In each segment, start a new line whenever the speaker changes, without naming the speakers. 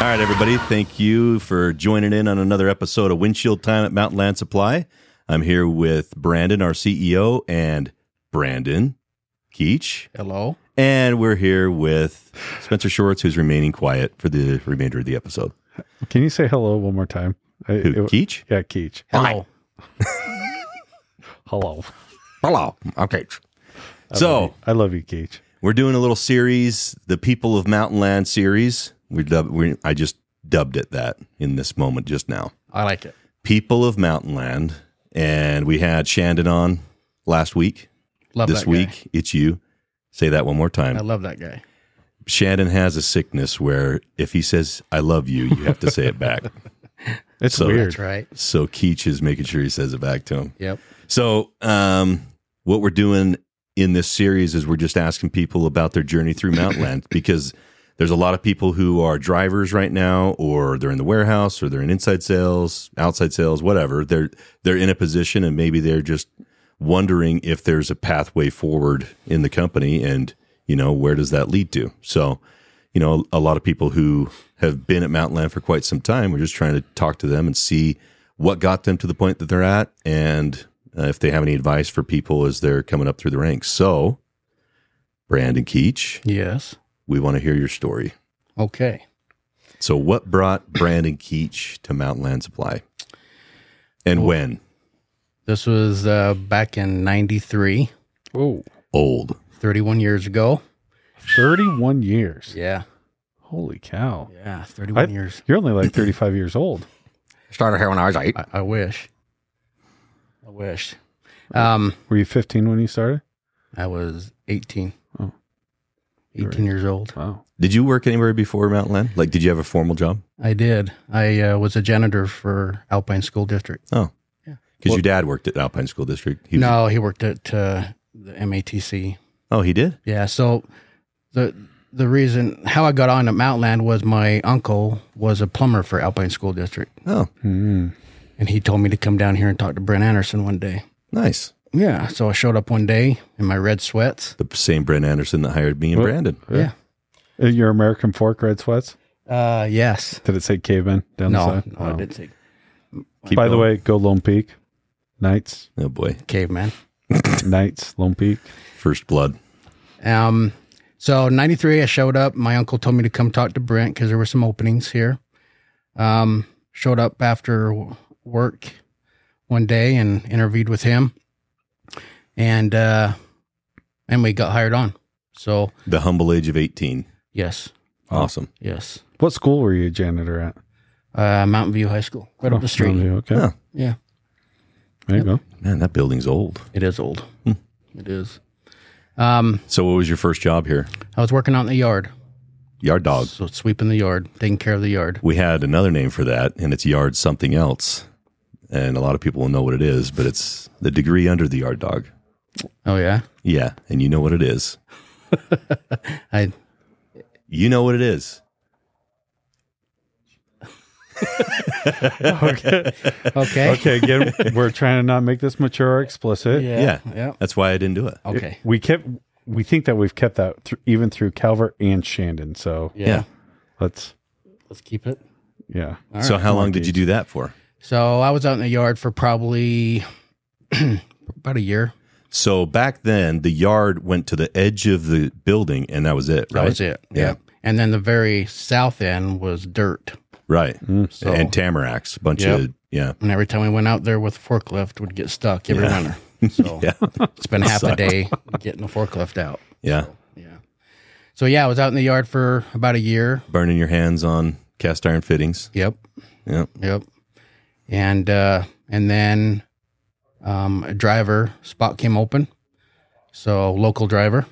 right, everybody. Thank you for joining in on another episode of Windshield Time at Mountain Land Supply. I'm here with Brandon, our CEO, and Brandon Keach.
Hello.
And we're here with Spencer Shorts, who's remaining quiet for the remainder of the episode.
Can you say hello one more time? I-
Who,
it-
Keach?
Yeah, Keach.
Hello.
Hello.
Hello. Okay.
I
So-
love you. I love you, Keach.
We're doing a little series, the People of Mountain Land series. We, dub, we I just dubbed it that in this moment just now.
I like it.
People of Mountain Land, and we had Shandon on last week.
Love
this
that guy.
week, it's you. Say that one more
I
time.
love that guy.
Shandon has a sickness where if he says "I love you," you have to say it back.
It's
So-
weird.
That's right.
so Keach is making sure he says it back to him.
Yep.
So, um, what we're doing in this series is we're just asking people about their journey through Mountain Land because there's a lot of people who are drivers right now, or they're in the warehouse, or they're in inside sales, outside sales, whatever. They're they're in a position, and maybe they're just wondering if there's a pathway forward in the company, and you know where does that lead to. So, you know, a lot of people who have been at Mountain Land for quite some time, we're just trying to talk to them and see what got them to the point that they're at and uh, if they have any advice for people as they're coming up through the ranks. So, Brandon Keach,
Yes.
we want to hear your story.
Okay.
So, what brought Brandon Keach to Mountain Land Supply and when?
This was uh, back in 93,
Whoa.
Old.
31 years ago.
31 years.
Yeah.
Holy cow.
Yeah. 31
I-
years.
You're only like 35 years old.
Started here when I was eight.
I, I wish. I wish. Um,
Were you 15 when you started?
I was 18.
Oh.
18
Great.
years old.
Wow.
Did you work anywhere before Mountain Land? Like, did you have a formal job?
I did. I uh, was a janitor for Alpine School District.
Because
Well-
Oh. your dad worked at Alpine School District. He was-
no, he worked at uh, the MATC.
oh, he did?
Yeah. So the the reason how I got on at Mountland was my uncle was a plumber for Alpine School District,
Oh,
Hmm.
and he told me to come down here and talk to Brent Anderson one day.
nice.
Yeah. So I showed up one day in my red sweats.
The same Brent Anderson that hired me and
Well-
Brandon.
Yeah.
Uh, Your American Fork Red Sweats?
Uh, yes.
Did it say caveman down the
No,
side?
no,
Oh.
I didn't say
Keep
By the
going.
way, go Lone Peak. Knights.
Oh boy,
caveman.
Knights. Lone Peak.
first blood.
Um, so '93, I showed up. My uncle told me to come talk to Brent because there were some openings here. Um, showed up after w- work one day and interviewed with him, and uh, and we got hired on. So
The humble age of 18.
yes,
Awesome.
yes,
What school were you a janitor at?
uh, Mountain View High School, right
Oh,
up the street.
Mountain View, Okay.
Yeah.
Yeah,
There you go.
Man, that building's old.
it is old. It is. Um,
So, what was your first job here?
I was working out in the yard,
Yard dog.
so sweeping the yard, taking care of the yard.
We had another name for that, and it's yard something else. And a lot of people will know what it is, but it's the degree under the yard dog.
Oh yeah,
Yeah, and you know what it is.
I
You know what it is.
okay.
okay.
Okay. Again, we're trying to not make this mature or explicit.
Yeah.
yeah.
That's why I didn't do it.
Okay.
we kept we think that we've kept that thr even through Calvert and Shandon. So
Yeah.
let's
Let's keep it.
yeah.
All
so,
right.
how long did you do that for?
So I was out in the yard for probably about a year.
So, back then, the yard went to the edge of the building, and that was it,
That
right?
was it.
Yeah.
And then the very south end was dirt.
Right.
Mm, So
And
and,
tamaracks, bunch
Yep.
of, yeah.
every time we went out there with a forklift, would get stuck every
Yeah.
winter. So
Yeah.
spend half a day getting the forklift out.
Yeah.
Yeah. So yeah, I was out in the yard for about a year.
Burning your hands on cast iron fittings.
Yep.
Yep.
Yep. And uh and then um a driver spot came open. So local driver.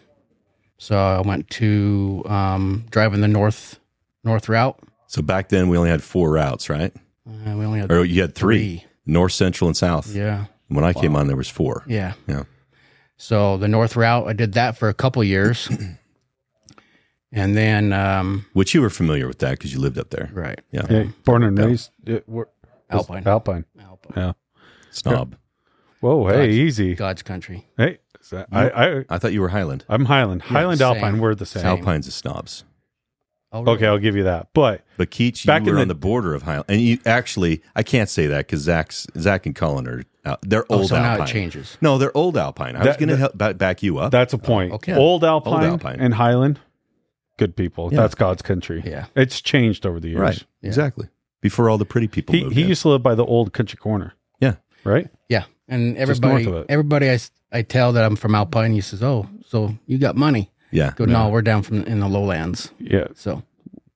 So I went to um driving the north north route.
So back then we only had four routes, right?
Uh, we only had
Or you had three, north, central, and south.
Yeah.
When I came on, there was four.
Yeah.
Yeah.
So the north route, I did that for a couple years. and then um
Which you were familiar with that because you lived up there.
right.
Yeah,
Yeah, born and
Yeah.
raised it, were, was
Alpine.
Alpine.
Alpine.
Yeah.
Snob.
Whoa. Hey,
Gotcha.
easy.
God's country.
Hey, is that- I I
I thought you were Highland.
I'm Highland. Highland
same.
Alpine. We're the same.
Same.
Alpine's are snobs.
Oh, really?
Okay, I'll give you that. But
But Keach, you
Back in
were
the-
on the border of Highland, and you actually I can't say that because Zach's Zach and Colin are out, they're
Oh,
old
so
Alpine.
now it changes.
No, they're old Alpine. I was
That-
going to
that-
help ba- back you up.
that's a point.
okay.
Old, Alpine
Alpine.
and Highland, good people.
Yeah.
That's God's country.
Yeah.
It's changed over the years.
right,
Yeah.
exactly. Before all the pretty people
He
moved
he
in.
used to live by the old country corner.
Yeah.
Right?
Yeah, and
Just north
everybody,
of it.
everybody I, s- I tell that I'm from Alpine, he says, "Oh, so you got money?"
yeah,
Go, no, we're down from in the lowlands.
Yeah.
So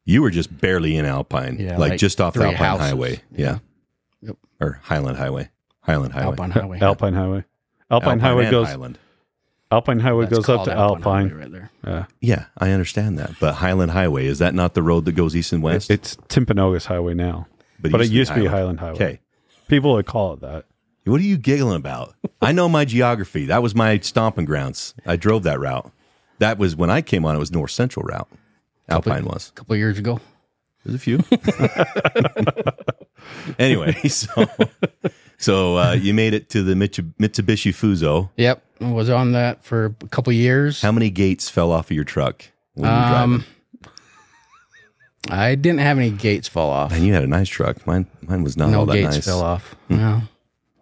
you were just barely in Alpine,
Yeah,
like,
like
just off the
three
Alpine
houses.
Highway. Yeah,
Yeah. Yep.
or Highland Highway, Highland Highway,
Alpine Highway,
Alpine Highway. Alpine, Highway
and
goes
Highland.
Alpine Highway
That's
goes up
called
to Alpine.
Highway right there.
Yeah.
Yeah, I understand that, but Highland Highway is that not the road that goes east and west?
It's Timpanogos Highway now. But, it used to be Highland Highway.
Okay,
People would call it that.
what are you giggling about? I know my geography. That was my stomping grounds. I drove that route. That was when I came on. It was North Central route. Alpine was.
A couple years ago.
There's a few. anyway, so so uh, you made it to the Mitsu- Mitsubishi Fuso.
Yep, I was on that for a couple years.
How many gates fell off of your truck when you were
Um,
driving?
I didn't have any gates fall off.
And you had a nice truck. Mine mine was not all
No
that
gates
nice.
fell off.
Hmm.
No,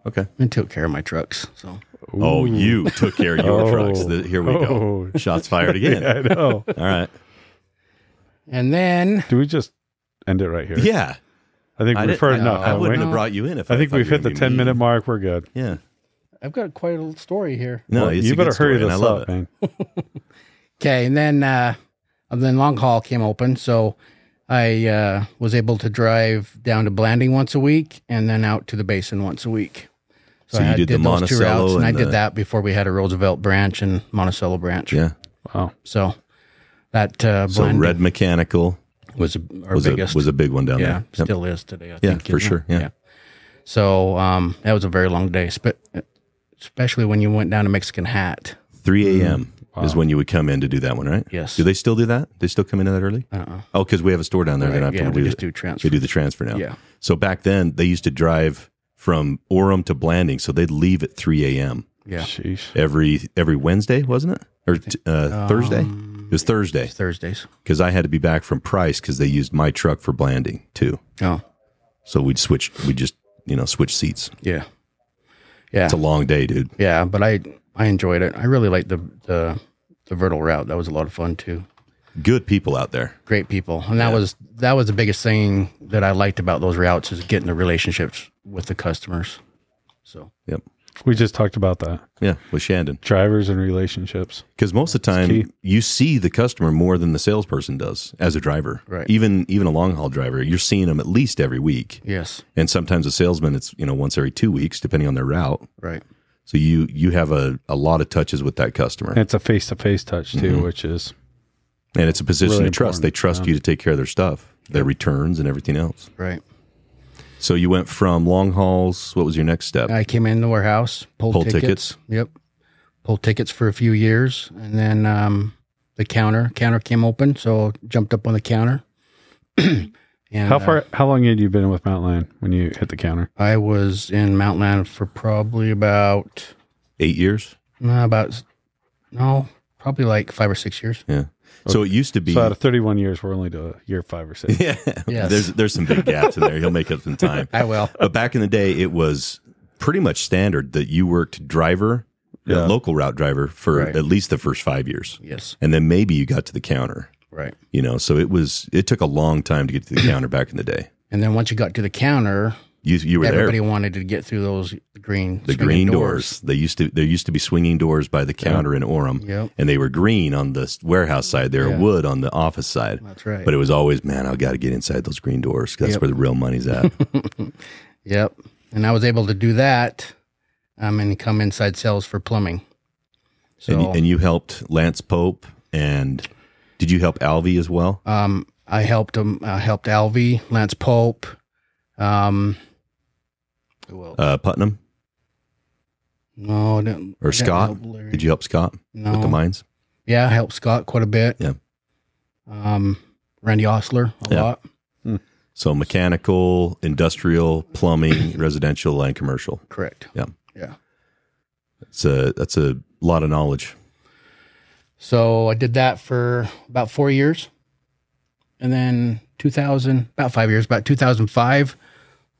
Okay.
I took care of my trucks. So
Oh, you took care of your
Oh.
trucks. The- here we go.
Oh.
Shots fired again.
I know.
All right.
and then
Oh. Do we just end it right here?
Yeah.
I think
I
we've
didn't-
heard enough.
I
haven't
wouldn't
we?
have brought you in if
I think
thought
we've
you were
hit the
gonna be
10
mean.
minute mark. We're good.
Yeah.
I've got quite a little story here.
No,
Well,
it's
you
a good
better hurry
story, and
this
I love
up,
it.
man.
Okay, and then uh, and then long haul came open, so I uh, was able to drive down to Blanding once a week, and then out to the basin once a week.
So you
I
did the
those two
Monticello
routes, and, I
and the-
did that before we had a Roosevelt branch and Monticello branch.
Yeah.
Wow.
So that uh,
So
Blanding
Red Mechanical
was our
was a,
biggest.
was a big one down
yeah,
there. Yep.
still is today. I
Yeah,
think,
for
isn't it?
sure, yeah.
So um, that was a very long day, spe- especially when you went down to Mexican Hat.
3 a.m. is when you would come in to do that one, right?
Mm-hmm. Yes.
Do they still do that? They still come in that early?
Uh-uh.
Oh, because we have a store down there. they
Right,
don't have
yeah,
to
we
do
just
the,
do transfer.
They do the transfer now.
Yeah.
So back then, they used to drive from Orem to Blanding. So they'd leave at 3 a.m.
Yeah.
Sheesh.
every every Wednesday, wasn't it? Or t- uh, Thursday? It was Thursday
It's Thursdays.
because I had to be back from Price because they used my truck for Blanding too.
Oh,
So we'd switch, we'd just, you know, switch seats.
yeah, yeah,
It's a long day, dude.
yeah. But I I enjoyed it. I really liked the the the Vertal route. That was a lot of fun too.
Good people out there.
Great people, and that was that was the biggest thing that I liked about those routes is getting the relationships with the customers. So
Yep.
We just talked about that.
Yeah, with Shandon.
Drivers and relationships.
Because most of the
key.
time, you see the customer more than the salesperson does as a driver.
Right.
Even even a long haul driver, you're seeing them at least every week,
yes,
and sometimes a salesman, it's you know once every two weeks, depending on their route.
right,
So you you have a, a lot of touches with that customer,
And it's a face to face touch too,
Mm-hmm.
which is
and it's a position
Really
of trust. They
important,
trust you to take care of their stuff, their returns, and everything else.
right.
So you went from long hauls. What was your next step?
I came in the warehouse, pulled,
Pulled
tickets.
tickets.
Yep, pulled tickets for a few years, and then um, the counter counter came open, so jumped up on the counter. and
how
uh,
far how long had you been with Mount Lion when you hit the counter?
I was in Mountain Land for probably about
Eight years.
no, about no, probably like five or six years.
Yeah. So it used to be.
So out of thirty one years, we're only to year five or six.
yeah.
Yes.
There's there's some big gaps in there. He'll make up some time.
I will.
But back in the day, it was pretty much standard that you worked driver, the
Yeah.
local route driver, for
Right.
at least the first five years,
Yes,
and then maybe you got to the counter.
right.
You know, so it was it took a long time to get to the counter back in the day.
And then once you got to the counter,
You you were
everybody
there.
wanted to get through those green
The
screen
green doors. They used to there used to be swinging doors by the counter in Orem,
Yep.
and they were green on the s- warehouse side. They were
Yeah.
wood on the office side.
That's right.
But it was always, man, I got to get inside those green doors. 'cause that's
Yep.
where the real money's at.
Yep. And I was able to do that, um, and come inside sales for plumbing. So
and, you- and you helped Lance Pope, and did you help Alvy as well?
Um, I helped him. I helped Alvy, Lance Pope. Um, who else?
Uh, Putnam.
no, I didn't,
or
I didn't
Scott?
help Larry.
Did you help Scott
No.
with the mines?
Yeah, I helped Scott quite a bit.
Yeah.
Um, Randy Osler a
Yeah.
lot.
So mechanical, industrial, plumbing, residential, and commercial.
Correct.
Yeah.
Yeah.
It's a that's a lot of knowledge.
So I did that for about four years, And then 2000, about five years, about 2005,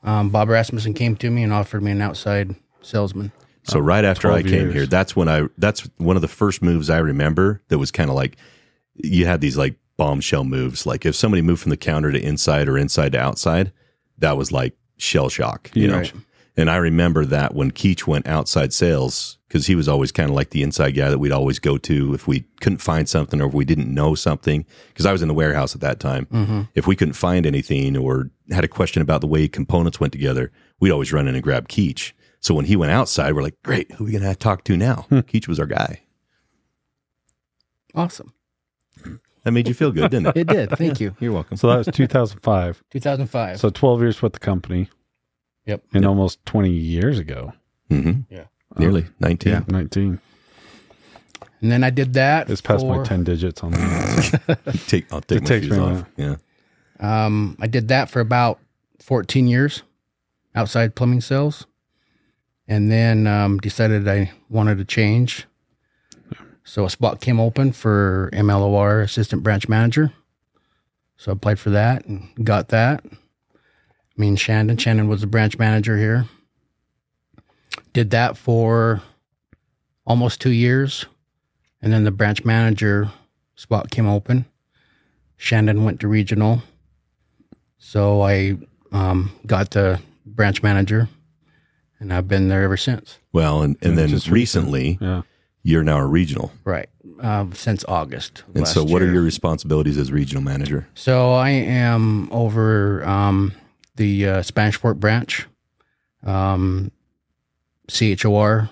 um, Bob Rasmussen came to me and offered me an outside salesman.
So right after
12
I came
Oh, years.
here, that's when I that's one of the first moves I remember that was kind of like you had these like bombshell moves. Like if somebody moved from the counter to inside or inside to outside, that was like shell shock, you know.
Right.
And I remember that when Keach went outside sales because he was always kind of like the inside guy that we'd always go to if we couldn't find something or if we didn't know something. Because I was in the warehouse at that time.
Mm-hmm.
If we couldn't find anything or had a question about the way components went together, we'd always run in and grab Keach. So when he went outside, we're like, great, who are we going to talk to now? Keach was our guy.
Awesome.
That made you feel good, didn't it?
It did. Thank you.
You're welcome.
So that was 2005.
2005.
so 12 years with the company.
Yep.
And almost 20 years ago.
hmm
Yeah.
Nearly 19.
19.
and then I did that.
It's past my
for-
10 digits on that.
Take, I'll take
It
my
takes
shoes
me a
off.
while.
Yeah.
Um, I did that for about 14 years, outside plumbing sales, and then um, decided I wanted to change. So a spot came open for MLOR assistant branch manager. So I applied for that and got that. Me and Shandon. Shandon was the branch manager here. Did that for almost two years. And then the branch manager spot came open. Shandon went to regional. So I um, got the branch manager, and I've been there ever since.
Well, and, and then
Just
recently,
Yeah.
you're now a regional.
Right, um, since August. of
And
last
so, what are
year.
your responsibilities as regional manager?
So I am over um, the uh, Spanish Fork branch, um, CHOR,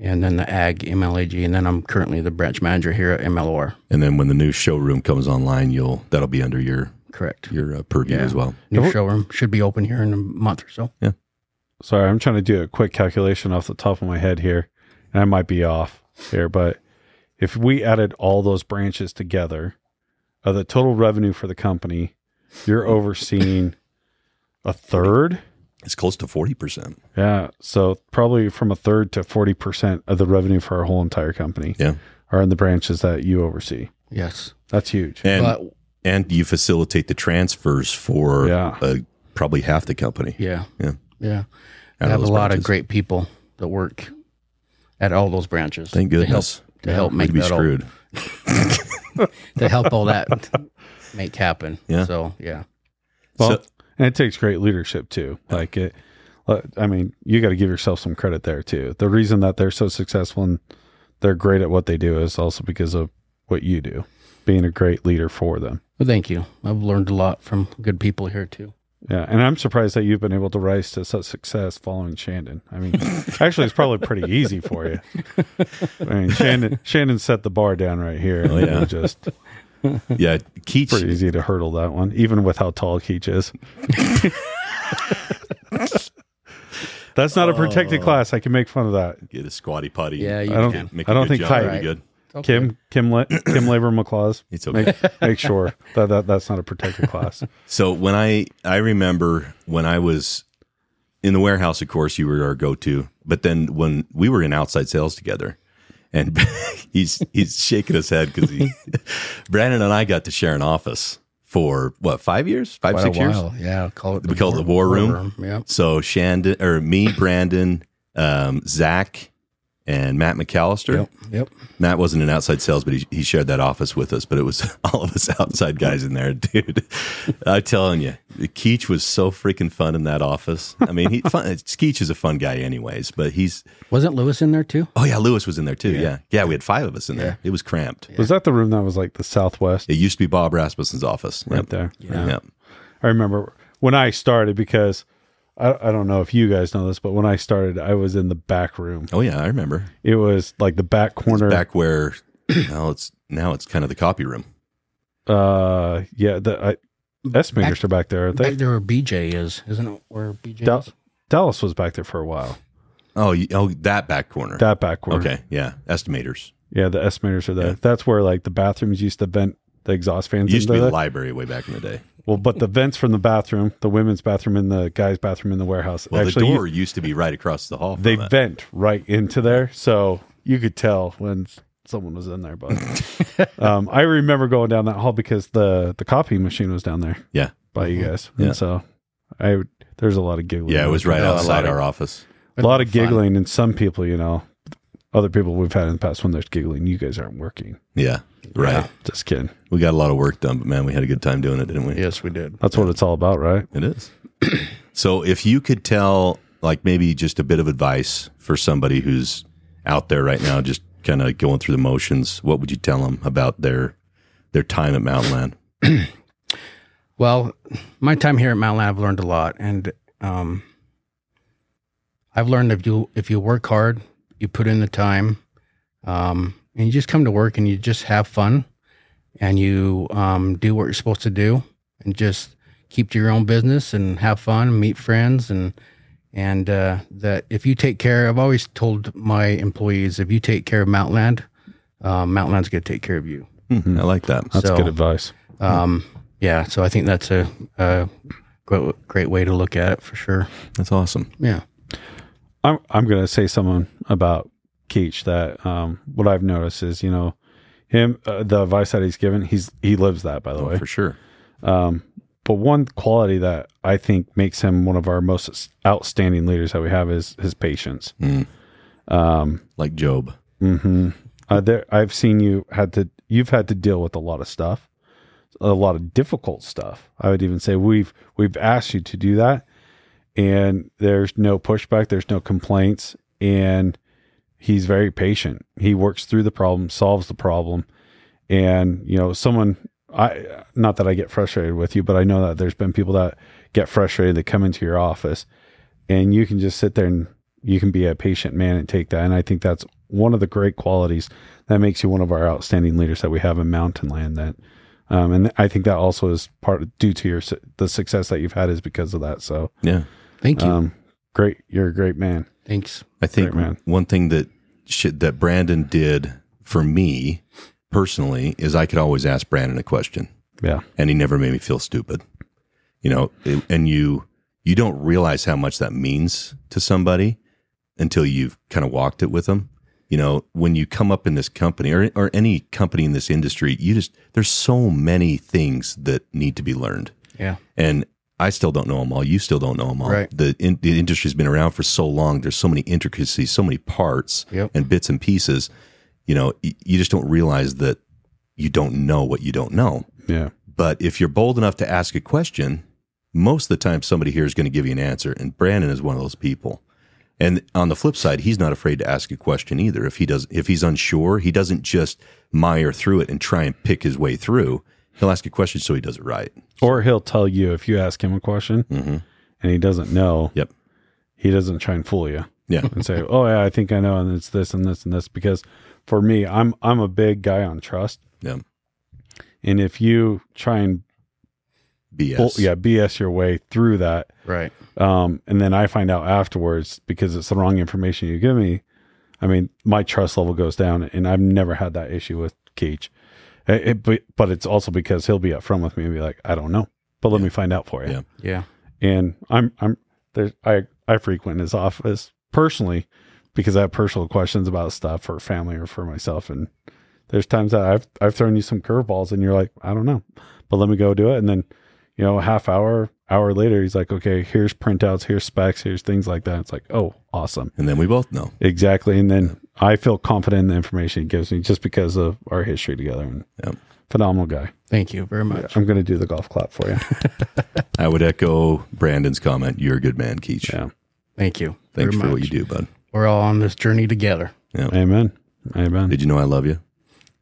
and then the AG MLAG, and then I'm currently the branch manager here at MLOR.
And then when the new showroom comes online, you'll that'll be under your
Correct.
your uh, purview
Yeah.
as well.
New
Have we-
showroom should be open here in a month or so.
Sorry, I'm trying to do a quick calculation off the top of my head here, and I might be off here, but if we added all those branches together, uh, the total revenue for the company, you're overseeing a third.
It's close to forty percent.
Yeah, so probably from a third to forty percent of the revenue for our whole entire company
Yeah,
are in the branches that you oversee.
Yes,
That's huge.
and
but
and you facilitate the transfers for
Yeah.
uh, probably half the company.
yeah,
Yeah,
yeah.
out
I have a
those
lot of
branches.
great people that work at all those branches.
Thank
to help-
goodness.
to help
We'd
make
be
that all-
screwed.
to help all that make happen.
Yeah.
So yeah,
Well,
So-
and it takes great leadership too. Like it, uh, I mean, you got to give yourself some credit there too. The reason that they're so successful and they're great at what they do is also because of what you do, being a great leader for them.
well, thank you. I've learned a lot from good people here too.
Yeah, and I'm surprised that you've been able to rise to such success following Shandon. I mean, actually, it's probably pretty easy for you. I mean, Shandon Shandon set the bar down right here.
Oh, yeah.
It was just
Yeah, Keach.
pretty easy to hurdle that one, even with how tall Keach is. That's not a protected
Oh.
class. I can make fun of that.
Get a squatty potty.
Yeah, you
I don't-
can.
make
I
a
don't
good
think
job.
height-
That'd be good.
Okay.
Kim Kim Le- Kim Labor McClaws.
It's okay.
Make sure that, that that's not a protected class.
So when I I remember when I was in the warehouse, of course, you were our go-to. But then when we were in outside sales together, and he's he's shaking his head because he, Brandon and I got to share an office for what five years, five
Quite
six
a
years.
while. Yeah, call it.
We call it the war room.
Yeah.
So Shandon or me, Brandon, um, Zach, and Matt McAllister.
Yep. Yep.
Matt wasn't in outside sales, but he, he shared that office with us. But it was all of us outside guys in there, dude. I'm telling you, Keach was so freaking fun in that office. I mean, he fun, Keach is a fun guy, anyways. But he's
Wasn't Lewis in there too?
oh yeah, Lewis was in there too. Yeah, yeah, we had five of us in there. It was cramped.
Was that the room that was like the Southwest
It used to be Bob Rasmussen's office. Yep.
right there?
Yeah. Yep.
I remember when I started because I, I don't know if you guys know this, but when I started, I was in the back room.
Oh yeah, I remember.
It was like the back corner.
Back where now it's now it's kind of the copy room.
Uh, yeah, the I, S makers are back there. Aren't they?
Back there where BJ is, isn't it? Where BJ
Dal-
is?
Dallas was back there for a while.
Oh, you, oh, that back corner.
That back corner.
okay, yeah, estimators.
Yeah, the estimators are there.
Yeah.
That's where like the bathrooms used to vent the exhaust fans.
It used to be
into
the
the-
library way back in the day.
well, but the vents from the bathroom, the women's bathroom and the guys' bathroom in the warehouse.
Well,
actually,
the
you-
door used to be right across the hall. From
they
it.
vent right into there, so you could tell when someone was in there, but um, I remember going down that hall because the the copy machine was down there.
Yeah.
by you guys. And
Mm-hmm. Yeah.
so I there's a lot of giggling.
Yeah, it was right
A lot of-
outside our office.
A lot of giggling, and some people, you know, other people we've had in the past when there's giggling, you guys aren't working.
Yeah, right.
Yeah, just kidding.
We got a lot of work done, but man, we had a good time doing it, didn't we?
Yes, we did.
That's what it's all about, right?
It is. so if you could tell, like, maybe just a bit of advice for somebody who's out there right now, just kind of going through the motions, what would you tell them about their their time at Mountain Land?
Well, my time here at Mount Lab, I've learned a lot, and um, I've learned if you if you work hard, you put in the time, um, and you just come to work and you just have fun, and you um, do what you're supposed to do, and just keep to your own business and have fun, meet friends, and and uh, that if you take care, I've always told my employees if you take care of Mount Land, uh, Mount Land's gonna take care of you.
I like that.
Mm-hmm. That's
So-
good advice.
Um, yeah, so I think that's a, a great, great way to look at it for sure.
That's awesome.
Yeah.
I'm I'm gonna say something about Keach that um, what I've noticed is you know him uh, the advice that he's given he's he lives that by the way
Oh, for sure.
Um, but one quality that I think makes him one of our most outstanding leaders that we have is his patience.
Mm.
Um,
Like Job.
hmm Uh, there, I've seen you had to, you've had to deal with a lot of stuff, a lot of difficult stuff. I would even say we've we've asked you to do that, and there's no pushback, there's no complaints, and he's very patient. He works through the problem, solves the problem, and you know someone. I not that I get frustrated with you, but I know that there's been people that get frustrated that come into your office, and you can just sit there and you can be a patient man and take that. And I think that's one of the great qualities that makes you one of our outstanding leaders that we have in Mountain Land. That, um, and I think that also is part due to your su- the success that you've had is because of that. So,
Yeah.
Thank you.
um, great, you're a great man.
Thanks.
I think
Great man.
one thing that should, that Brandon did for me personally is I could always ask Brandon a question,
Yeah,
and he never made me feel stupid. You know, it- and you you don't realize how much that means to somebody until you've kind of walked it with them. You know, when you come up in this company or or any company in this industry, you just there's so many things that need to be learned
Yeah.
and I still don't know them all. You still don't know them all.
Right.
The in, the industry's been around for so long. There's so many intricacies, so many parts
Yep.
and bits and pieces. You know, y- you just don't realize that you don't know what you don't know.
yeah,
But if you're bold enough to ask a question, most of the time somebody here is going to give you an answer. And Brandon is one of those people. And on the flip side, he's not afraid to ask a question either. If he does, if he's unsure, he doesn't just mire through it and try and pick his way through. He'll ask a question so he does it right.
or he'll tell you if you ask him a question
Mm-hmm.
and he doesn't know.
Yep.
he doesn't try and fool you.
Yeah.
and say, "Oh yeah, I think I know," and it's this and this and this. Because for me, I'm I'm a big guy on trust.
Yeah.
And if you try and
BS.
bull- yeah BS your way through that,
Right.
um, and then I find out afterwards because it's the wrong information you give me, I mean my trust level goes down, and I've never had that issue with Keach. It- it- but, but it's also because he'll be upfront with me and be like, "I don't know," but let me find out for you.
Yeah.
Yeah.
and I'm I'm there's I I frequent his office personally because I have personal questions about stuff for family or for myself and there's times that I've I've thrown you some curveballs and you're like I don't know but let me go do it and then you know a half hour hour later he's like okay here's printouts here's specs here's things like that it's like oh awesome
And then we both know.
exactly and then I feel confident in the information he gives me just because of our history together and
Yep.
phenomenal guy
Thank you very much.
I'm gonna do the golf clap for you
I would echo Brandon's comment. You're a good man, Keach.
yeah
Thank you. very
Thanks for what
much.
you do, bud.
We're all on this journey together.
amen amen
Did you know I love you?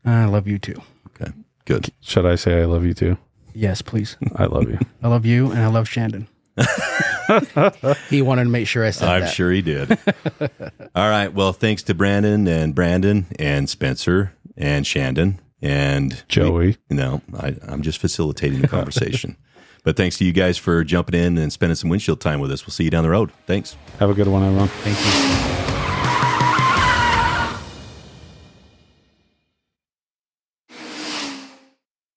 I love you too.
Okay. Good.
should I say I love you too
Yes, please.
I love you.
I love you and I love Shandon. he wanted to make sure I said
I'm
that.
sure he did. All right. Well, thanks to Brandon and Brandon and Spencer and Shandon and
Joey.
No, I, I'm just facilitating the conversation. but thanks to you guys for jumping in and spending some windshield time with us. We'll see you down the road. Thanks.
Have a good one, everyone.
Thank you.